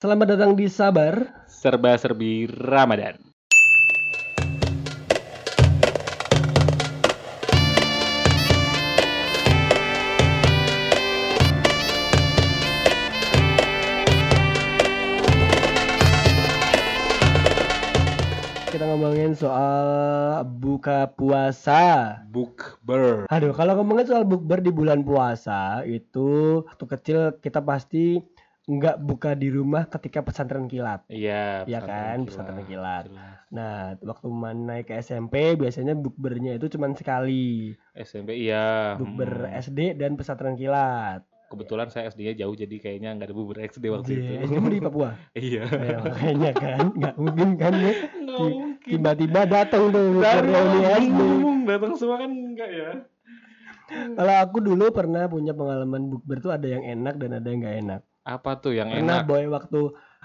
Selamat datang di Sabar. Serba serbi Ramadan. Kita ngomongin soal buka puasa. Bookber. Aduh, kalau ngomongin soal bukber di bulan puasa itu waktu kecil kita pasti nggak buka di rumah ketika pesantren kilat. Iya. Iya kan, pesantren kilat. Nah, waktu man- naik ke SMP biasanya bukbernya itu cuman sekali. SMP iya. Bukber Hmm. SD dan pesantren kilat. Kebetulan saya SD-nya jauh jadi kayaknya nggak ada bukber SD Iya, waktu itu. Jadi, kamu Iya, di Papua. iya. Ya, makanya kan, nggak mungkin kan ya. Nggak Ti- mungkin. Tiba-tiba datang tuh Dari bukbernya Uni orang SD. umum datang semua kan enggak ya? Kalau aku dulu pernah punya pengalaman bukber tuh ada yang enak dan ada yang nggak enak. Apa tuh yang Pernah enak? boy waktu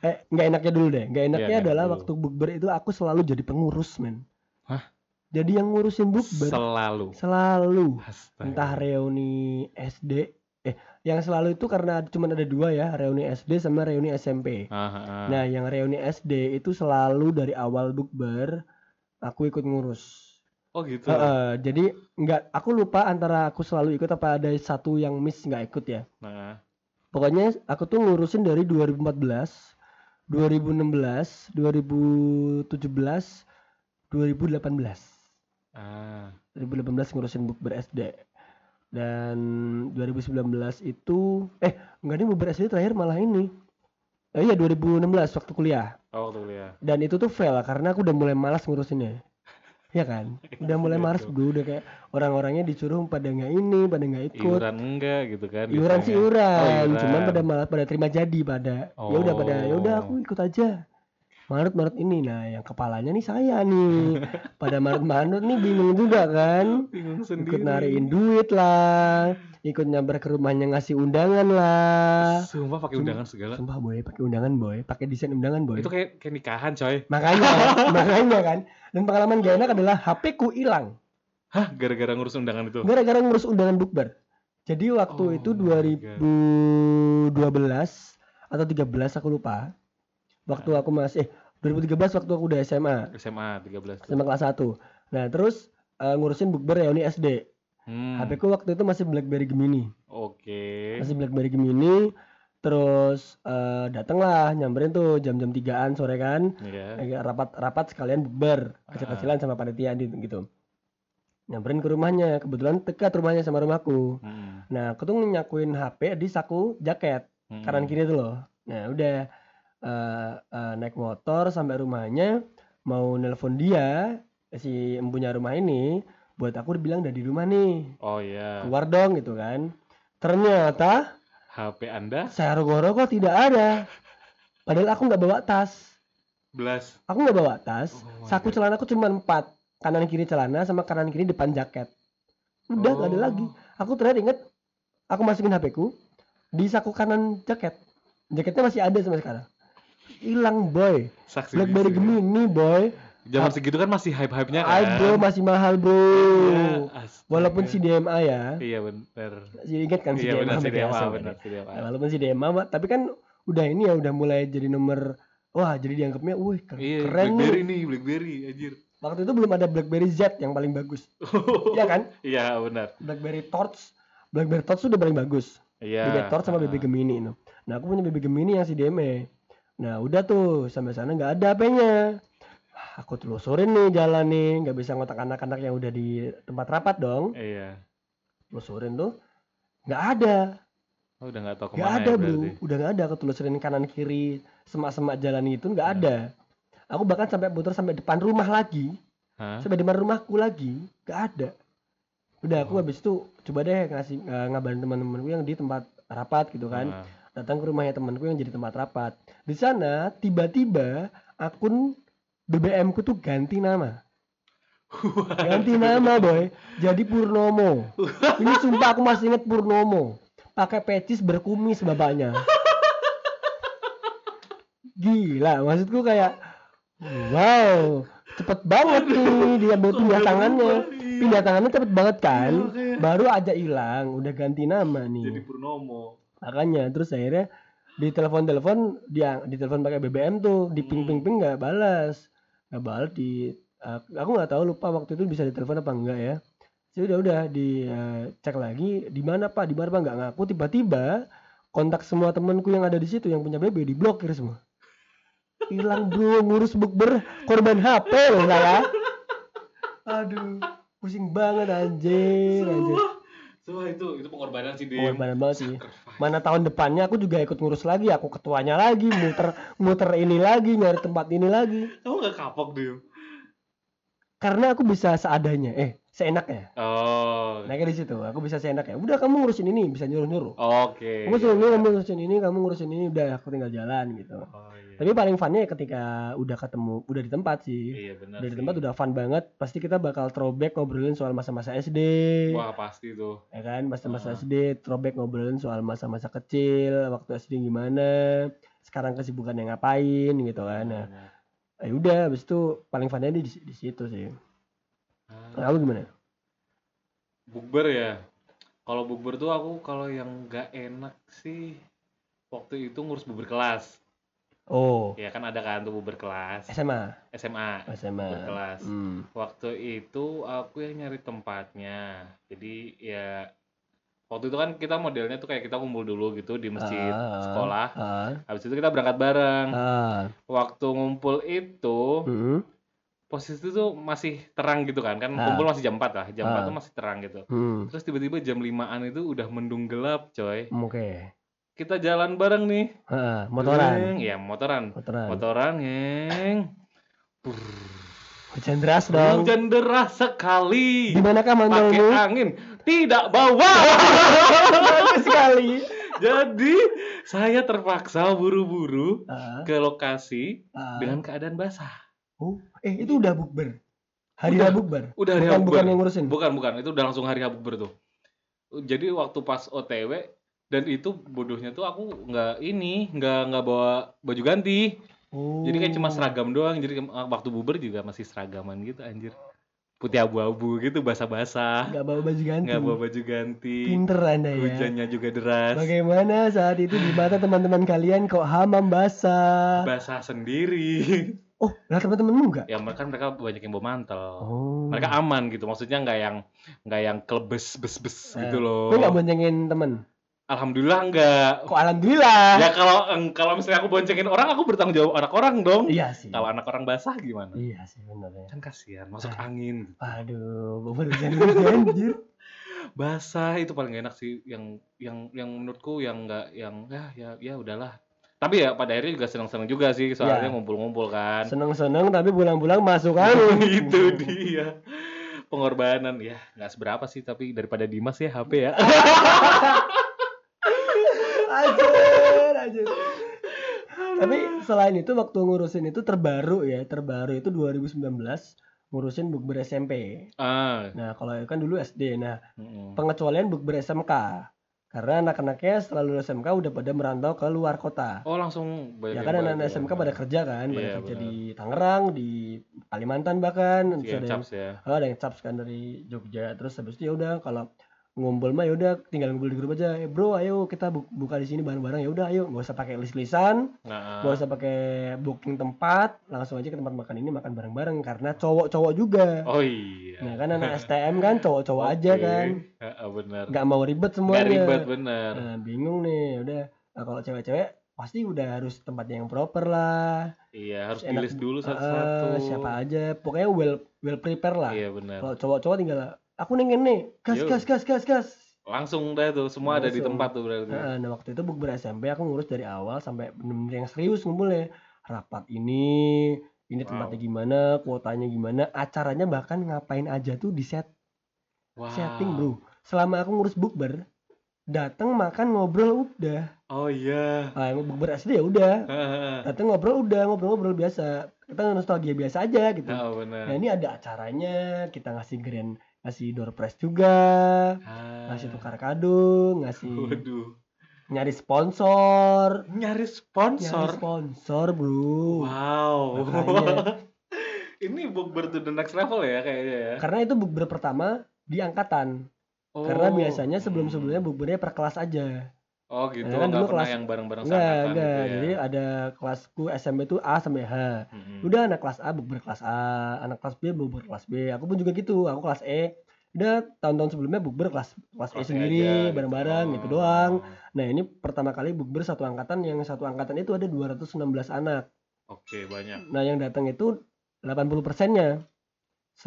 eh nggak enaknya dulu deh. Nggak enaknya enak adalah dulu. waktu bukber itu aku selalu jadi pengurus men. Hah? Jadi yang ngurusin bukber Selalu. selalu Astaga. entah reuni SD eh yang selalu itu karena cuma ada dua ya reuni SD sama reuni SMP. Ah, ah, ah. Nah yang reuni SD itu selalu dari awal bukber aku ikut ngurus. oh gitu. Heeh, jadi nggak aku lupa antara aku selalu ikut apa ada satu yang miss nggak ikut ya. Nah, Pokoknya aku tuh ngurusin dari 2014, 2016, 2017, 2018. 2018 ah. ngurusin bukber SD. Dan 2019 itu eh enggak deh bukber SD terakhir malah ini. Eh, iya 2016 waktu kuliah. Oh, tuh ya. Dan itu tuh fail karena aku udah mulai malas ngurusinnya. Iya kan? Udah mulai Iya malas tuh. bro, udah kayak orang-orangnya disuruh pada nggak ini, pada nggak ikut. Iuran enggak gitu kan? iuran sih biasanya. iuran, Oh, iuran. cuman pada malah pada terima jadi pada ya udah pada ya udah Oh. aku ikut aja Maret Maret ini nah yang kepalanya nih saya nih pada Maret Maret nih bingung juga kan Bingung sendiri. ikut nariin duit lah ikut nyamber ke rumahnya ngasih undangan lah Sumpah pakai Cuma- undangan segala. sumpah boy pakai undangan boy pakai desain undangan boy Itu kayak kayak nikahan, coy. makanya makanya kan dan pengalaman gak enak adalah HP ku hilang Hah, gara-gara ngurus undangan itu. gara-gara ngurus undangan bukber. Jadi waktu Oh itu my 2012 atau 13 aku lupa. Waktu Nah. aku masih eh 2013 waktu aku udah SMA, SMA 13 tuh. SMA kelas 1. Nah, terus eh, ngurusin bukber reuni SD. Hmm, HP ku waktu itu masih BlackBerry Gemini. Oke. Masih BlackBerry Gemini. Terus eh datanglah nyamperin tuh jam-jam 3-an sore kan Iya. agak rapat-rapat sekalian bukber kecil-kecilan sama panitia di- gitu nyamperin ke rumahnya kebetulan dekat rumahnya sama rumahku Mm-mm, nah aku tuh nyakuin HP di saku jaket mm-mm. kanan kiri tuh loh nah udah eh, eh, naik motor sampai rumahnya mau nelpon dia si empunya rumah ini buat aku bilang udah di rumah nih Oh iya. keluar dong gitu kan ternyata HP Anda Sarogoro kok tidak ada padahal aku nggak bawa tas belas. aku nggak bawa tas Oh my saku God. celana aku cuma empat kanan kiri celana sama kanan kiri depan jaket udah nggak ada Oh. lagi aku terakhir inget aku masukin HP ku di saku kanan jaket jaketnya masih ada sampai sekarang hilang boy Saksi BlackBerry bisu. Gemini boy Zaman segitu kan masih hype-hype-nya kan. Aduh masih mahal bro Iya, astaga. walaupun si DMA ya Iya benar. si inget kan si DMA Iya benar si sampai Dewa, asal kan? benar si Dewa. Nah, walaupun si DMA Mbak, tapi kan udah ini ya udah mulai jadi nomor wah jadi dianggapnya wih keren Iya, nih. BlackBerry nih, BlackBerry anjir. waktu itu belum ada BlackBerry Z yang paling bagus Oh. Iya kan? Iya, benar. BlackBerry Torch. BlackBerry Torch sudah paling bagus. Iya. BB Torch sama BB Gemini itu. Nah, aku punya BB Gemini yang si DME. Nah, udah tuh sampai sana nggak ada HP-nya. Ah, Aku telusurin nih jalan nih, nggak bisa ngotak anak-anak yang udah di tempat rapat dong. Iya. Telusurin tuh nggak ada, Oh, udah nggak tahu nggak kemana ada ya bro, berarti. udah nggak ada. Aku telusurin kanan kiri, semak-semak jalan itu Ya. nggak ada. Aku bahkan sampai putar sampai depan rumah lagi, Hah? sampai depan rumahku lagi gak ada udah aku Oh. habis itu coba deh ngasih eh, ngabarin teman-temanku yang di tempat rapat gitu kan Ah. datang ke rumahnya temanku yang jadi tempat rapat di sana tiba-tiba akun BBM ku tuh ganti nama ganti nama boy jadi Purnomo ini sumpah aku masih inget Purnomo pakai pecis berkumis bapaknya gila maksudku kayak wow cepet banget nih dia ambil pindah tangannya Iya. pindah tangannya cepet banget kan Iya, kayak- baru aja hilang udah ganti nama Jadi nih Purnomo. makanya terus akhirnya di telepon telepon dia di telepon pakai BBM tuh di ping ping ping nggak balas nggak balas di uh, aku nggak tahu lupa waktu itu bisa ditelepon apa enggak ya jadi udah udah di uh, cek lagi di mana pak di mana pak nggak ngaku tiba-tiba kontak semua temanku yang ada di situ yang punya BB diblokir semua hilang bro ngurus bukber korban HP loh saya aduh ya? pusing banget anjir anjir Sumpah. Sumpah itu itu pengorbanan sih Dim. pengorbanan Oh, banget sih Sacrifice. mana tahun depannya aku juga ikut ngurus lagi aku ketuanya lagi muter muter ini lagi nyari tempat ini lagi Kamu gak kapok Dim. karena aku bisa seadanya eh seenaknya Oh. nah kayak di situ aku bisa seenaknya udah kamu ngurusin ini bisa nyuruh nyuruh Oke. iya, kamu suruh nyuruh kamu ngurusin ini kamu ngurusin ini udah aku tinggal jalan gitu Oh, iya. tapi paling funnya ya ketika udah ketemu udah di tempat sih Iya benar. dari sih. tempat udah fun banget pasti kita bakal throwback ngobrolin soal masa-masa SD Wah pasti tuh. ya kan masa-masa Ah. SD throwback ngobrolin soal masa-masa kecil waktu SD gimana sekarang kesibukan yang ngapain gitu kan nah ya udah habis itu paling funnya di di situ sih Ah, kamu gimana Bukber ya. Kalau bukber tuh aku kalau yang gak enak sih waktu itu ngurus bubur kelas. oh Ya kan ada kan tuh bubur kelas SMA SMA. SMA Bubur kelas. hmm. Waktu itu aku yang nyari tempatnya. Jadi ya waktu itu kan kita modelnya tuh kayak kita kumpul dulu gitu di masjid Ah. sekolah. ah Habis itu kita berangkat bareng. ah Waktu ngumpul itu hmm. posisi tuh masih terang gitu kan. Kan Ah. kumpul masih jam 4 lah. Jam Ah. 4 tuh masih terang gitu. hmm. Terus tiba-tiba jam 5-an itu udah mendung gelap, coy. oke Kita jalan bareng nih. Ah, motoran Nah. Geng. Iya, motoran. motoran Motoran, ngeng. hujan deras dong Hujan deras sekali. di manakah Pakai mantaumu angin, tidak bawa. Bagus sekali Jadi, saya terpaksa buru-buru Ah, ke lokasi ah. dengan keadaan basah. Oh, eh itu udah bukber. Hari Udah. udah. bukber. Udah hari Bukan bukan Habukber. yang ngurusin. Bukan, bukan. Itu udah langsung hari Habukber tuh. Jadi waktu pas OTW dan itu bodohnya tuh aku nggak ini, nggak nggak bawa baju ganti. Oh. Jadi kayak cuma seragam doang. Jadi kem- ah, waktu buber juga masih seragaman gitu anjir. Putih abu-abu gitu basah-basah. Gak bawa baju ganti. Nggak bawa baju ganti. Pinter Anda ya. Hujannya juga deras. Bagaimana saat itu di mata teman-teman kalian kok hamam basah? Basah sendiri. Oh, lah teman-temanmu enggak? ya mereka mereka banyak yang bawa mantel. Oh. Mereka aman gitu. Maksudnya nggak yang nggak yang kelebes bes bes gitu loh. Gue enggak Eh, boncengin temen. Alhamdulillah nggak. Kok alhamdulillah. Ya kalau eng- kalau misalnya aku boncengin orang, aku bertanggung jawab anak orang dong. Iya sih. Kalau anak orang basah gimana? Iya sih benar ya. Kan kasihan masuk angin. Aduh, baru hujan anjir. basah itu paling gak enak sih yang yang yang menurutku yang nggak yang ya ya ya udahlah tapi ya pada akhirnya juga seneng-seneng juga sih Ya. soalnya ngumpul-ngumpul kan Seneng-seneng tapi pulang-pulang masuk angin. itu dia pengorbanan ya nggak seberapa sih tapi daripada Dimas ya HP ya Anjir, anjir. Tapi selain itu waktu ngurusin itu terbaru ya, terbaru itu 2019 ngurusin bukber SMP. ah Nah, kalau kan dulu SD. Nah, mm-mm. pengecualian bukber SMK. Karena anak-anaknya setelah lulus SMK udah pada merantau ke luar kota. oh langsung Ya banyak kan yang anak-anak balik, SMK ya. pada kerja kan, pada Iya, kerja benar. di Tangerang, di Kalimantan bahkan, Si terus ada yang caps ya Oh, ada yang caps kan dari Jogja. Terus habis itu ya udah kalau ngumpul mah ya udah tinggal ngumpul di grup aja. Eh, bro, ayo kita bu- buka di sini bareng-bareng. Ya udah ayo, nggak usah pakai list-listan, nah, nggak usah pakai booking tempat, langsung aja ke tempat makan ini makan bareng-bareng karena cowok-cowok juga. oh iya Nah, kan anak STM kan cowok-cowok aja Oke. kan. Ah, ah, bener nggak mau ya. ribet nggak semuanya. ribet bener Nah, bingung nih, udah. Nah, kalau cewek-cewek pasti udah harus tempatnya yang proper lah. iya harus enak- dilis dulu Eh, satu-satu siapa aja, pokoknya well well prepare lah. iya bener Kalau cowok-cowok tinggal aku nengen nih, gas Yo. gas gas gas gas. langsung deh tuh semua ada di Langsung. tempat tuh berarti Nah, nah, waktu itu bukber SMP aku ngurus dari awal sampai bener-bener yang serius ngumpulnya. Rapat ini, ini Wow. tempatnya gimana, kuotanya gimana, acaranya bahkan ngapain aja tuh di set Wow. setting, Bro. Selama aku ngurus bukber, datang makan ngobrol udah. Oh iya. Ah, yang bukber SD ya udah. Heeh. Datang ngobrol udah, ngobrol-ngobrol biasa. Kita nostalgia biasa aja gitu. Nah, Nah, benar. ini ada acaranya, kita ngasih grand, ngasih door prize juga, ngasih tukar kado, ngasih Ah. Waduh. nyari sponsor Nyari nyari sponsor. sponsor bro Wow. Makanya. Ini bukber to the next level ya kayaknya ya. karena itu bukber pertama di angkatan Oh. Hmm. karena biasanya sebelum sebelumnya bukbernya per kelas aja Oh gitu, Karena kan nggak dulu pernah kelas- yang bareng-bareng Enggak, seangkatan enggak. gitu ya. Hmm. Jadi ada kelasku SMP itu A sampai H. Mm-mm. Udah anak kelas A bukber kelas A, anak kelas B bukber kelas B. Aku pun juga gitu, aku kelas E. Udah tahun-tahun sebelumnya bukber kelas kelas E Kelas E aja sendiri, gitu. bareng-bareng gitu. Oh. doang. Nah, ini pertama kali bukber satu angkatan yang satu angkatan itu ada 216 anak. Oke, banyak. Nah, yang datang itu 80 persennya. 100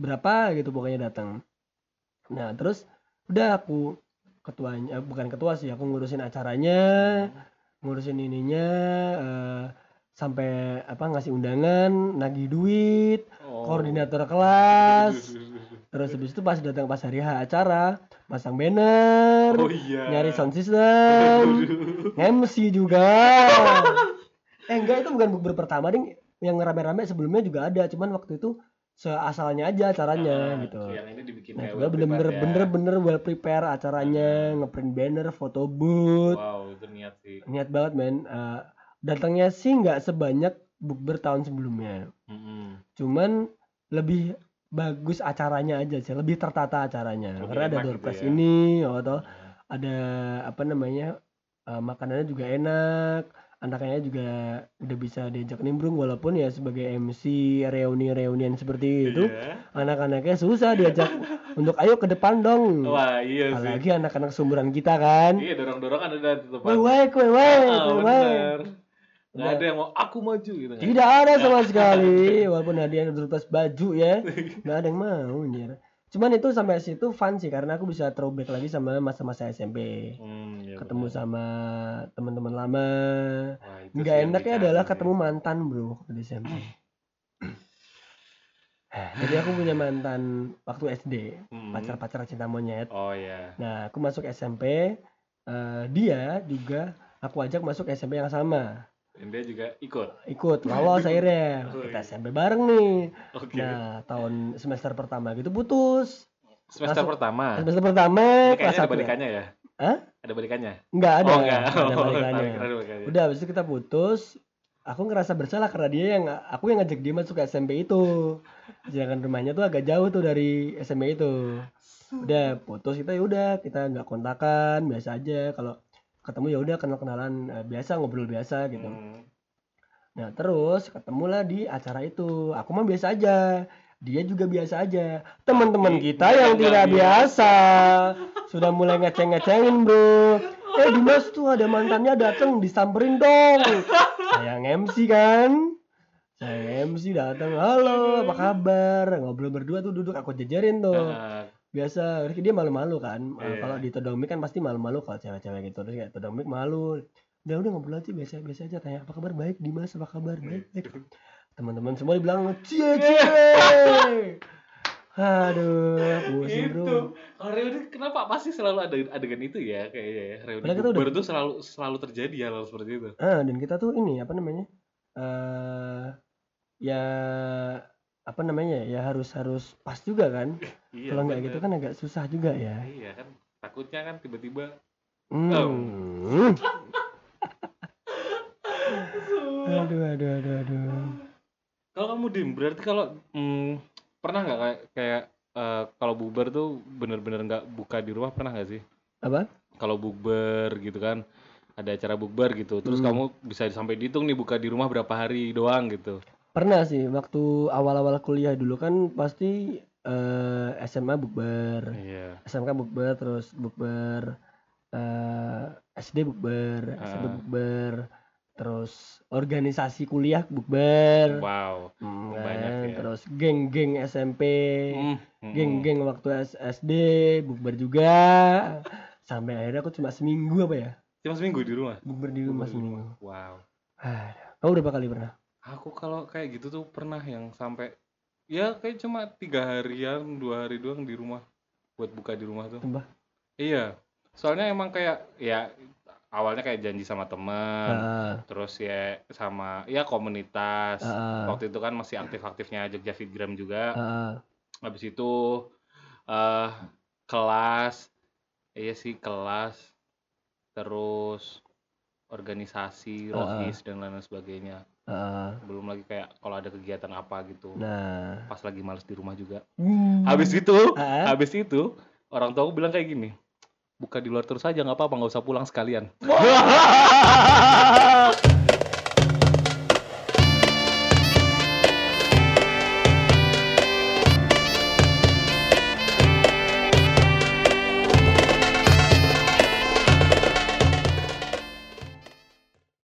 berapa gitu pokoknya datang. Nah, terus udah aku ketuanya eh, bukan ketua sih, aku ngurusin acaranya, ngurusin ininya eh, sampai apa ngasih undangan, nagih duit, Oh. koordinator kelas. Terus habis itu pas datang pas hari H acara, masang banner, Oh iya. nyari sound system, MC juga. eh enggak itu bukan bukber pertama ding, yang rame-rame sebelumnya juga ada, cuman waktu itu seasalnya aja acaranya Ah, gitu. Yang ini dibikin Nah, kayak gue web bener-bener depan ya. Hmm. bener-bener well prepare acaranya, ngeprint banner, foto booth. Wow, itu niat sih. Niat banget men. Eh, datangnya sih nggak sebanyak bukber tahun sebelumnya. Mm-mm. Cuman lebih bagus acaranya aja sih, lebih tertata acaranya. Lebih Karena ada enak door gitu prize ya. ini, atau ada apa namanya eh, makanannya juga enak anaknya juga udah bisa diajak nimbrung walaupun ya sebagai MC reuni-reunian seperti itu Iya. anak-anaknya susah diajak untuk ayo ke depan dong Wah, iya sih. apalagi anak-anak sumuran kita kan Iya, dorong-dorongan ada di depan. woi woi kue woi Ah, kue woi bener. Nggak Udah. ada yang mau aku maju gitu kan. tidak ada sama sekali walaupun hadiahnya berupa baju ya nggak ada yang mau anjir cuman itu sampai situ fun sih karena aku bisa throwback lagi sama masa-masa SMP Hmm, iya, ketemu bener. sama teman-teman lama Wah, itu sih nggak yang enaknya dicari iya. Hmm. adalah sih. ketemu mantan bro waktu di SMP Eh, jadi aku punya mantan waktu SD Mm-mm. pacar-pacar cinta monyet Hmm. Oh iya. nah aku masuk SMP eh, dia juga aku ajak masuk SMP yang sama Dan dia juga ikut. ikut lolos akhirnya Oh, kita iya. SMP bareng nih Oke. nah tahun semester pertama gitu putus Semester langsung- pertama. semester pertama Ini kelas Nah. kayaknya ada satu ya? balikannya ya? Hah? Ada balikannya? nggak ada oh, enggak. nggak ada Oh, balikannya ada balikannya. udah habis itu kita putus aku ngerasa bersalah karena dia yang aku yang ngajak dia masuk ke SMP itu sedangkan rumahnya tuh agak jauh tuh dari SMP itu udah putus kita ya udah kita nggak kontakan biasa aja kalau ketemu ya udah kenal kenalan biasa ngobrol biasa gitu Hmm. nah terus ketemulah di acara itu aku mah biasa aja dia juga biasa aja teman-teman kita yang tidak biasa sudah mulai ngeceng-ngecengin bro eh Dimas tuh ada mantannya datang disamperin dong saya MC kan saya MC datang halo apa kabar ngobrol berdua tuh duduk aku jejerin tuh Ah, biasa Rifki dia malu-malu kan Eh, Iya. kalau di Todong Mic kan pasti malu-malu kalau cewek-cewek gitu terus kayak Todong Mic malu udah udah ngobrol aja biasa biasa aja tanya apa kabar baik Dimas apa kabar baik baik teman-teman semua dibilang cie Iya. cie aduh pusing itu bro Gitu. kalau reuni kenapa pasti selalu ada adegan itu ya kayaknya ya reuni Padahal kita udah- baru tuh selalu selalu terjadi hal, -hal seperti itu ah dan kita tuh ini apa namanya eh ya apa namanya ya harus harus pas juga kan iya, kalau nggak bener. gitu kan agak susah juga ya iya kan takutnya kan tiba-tiba Oh. hmm. aduh aduh aduh aduh kalau kamu dim berarti kalau mm, pernah nggak kayak kayak eh, kalau bubar tuh bener-bener nggak buka di rumah pernah nggak sih apa kalau bukber gitu kan ada acara bukber gitu terus Hmm. kamu bisa sampai dihitung nih buka di rumah berapa hari doang gitu Pernah sih waktu awal-awal kuliah dulu kan pasti eh, SMA bukber, iya SMK bukber, terus bukber eh, SD bukber, SMP Ah. bukber, terus organisasi kuliah bukber, wow Hmm, banyak kan? ya. terus geng-geng SMP, Mm, mm, mm. geng-geng waktu SD bukber juga. Sampai akhirnya aku cuma seminggu apa ya cuma seminggu di rumah bukber di rumah seminggu. wow Ah, Kamu udah berapa kali pernah? Aku kalau kayak gitu tuh pernah yang sampai ya kayak cuma tiga harian, dua hari doang di rumah buat buka di rumah tuh. Sumpah. Iya, soalnya emang kayak ya awalnya kayak janji sama teman, Ah, terus ya sama ya komunitas. ah, Waktu itu kan masih aktif-aktifnya Jogja Fitgram ah, juga. ah. Habis itu eh kelas, iya sih kelas, terus Ah, organisasi, ah. rohis dan lain-lain sebagainya ah. belum lagi kayak kalau ada kegiatan apa gitu Nah, pas lagi males di rumah juga Hmm. habis itu Ah, habis itu orang tua aku bilang kayak gini buka di luar terus aja nggak apa-apa nggak usah pulang sekalian.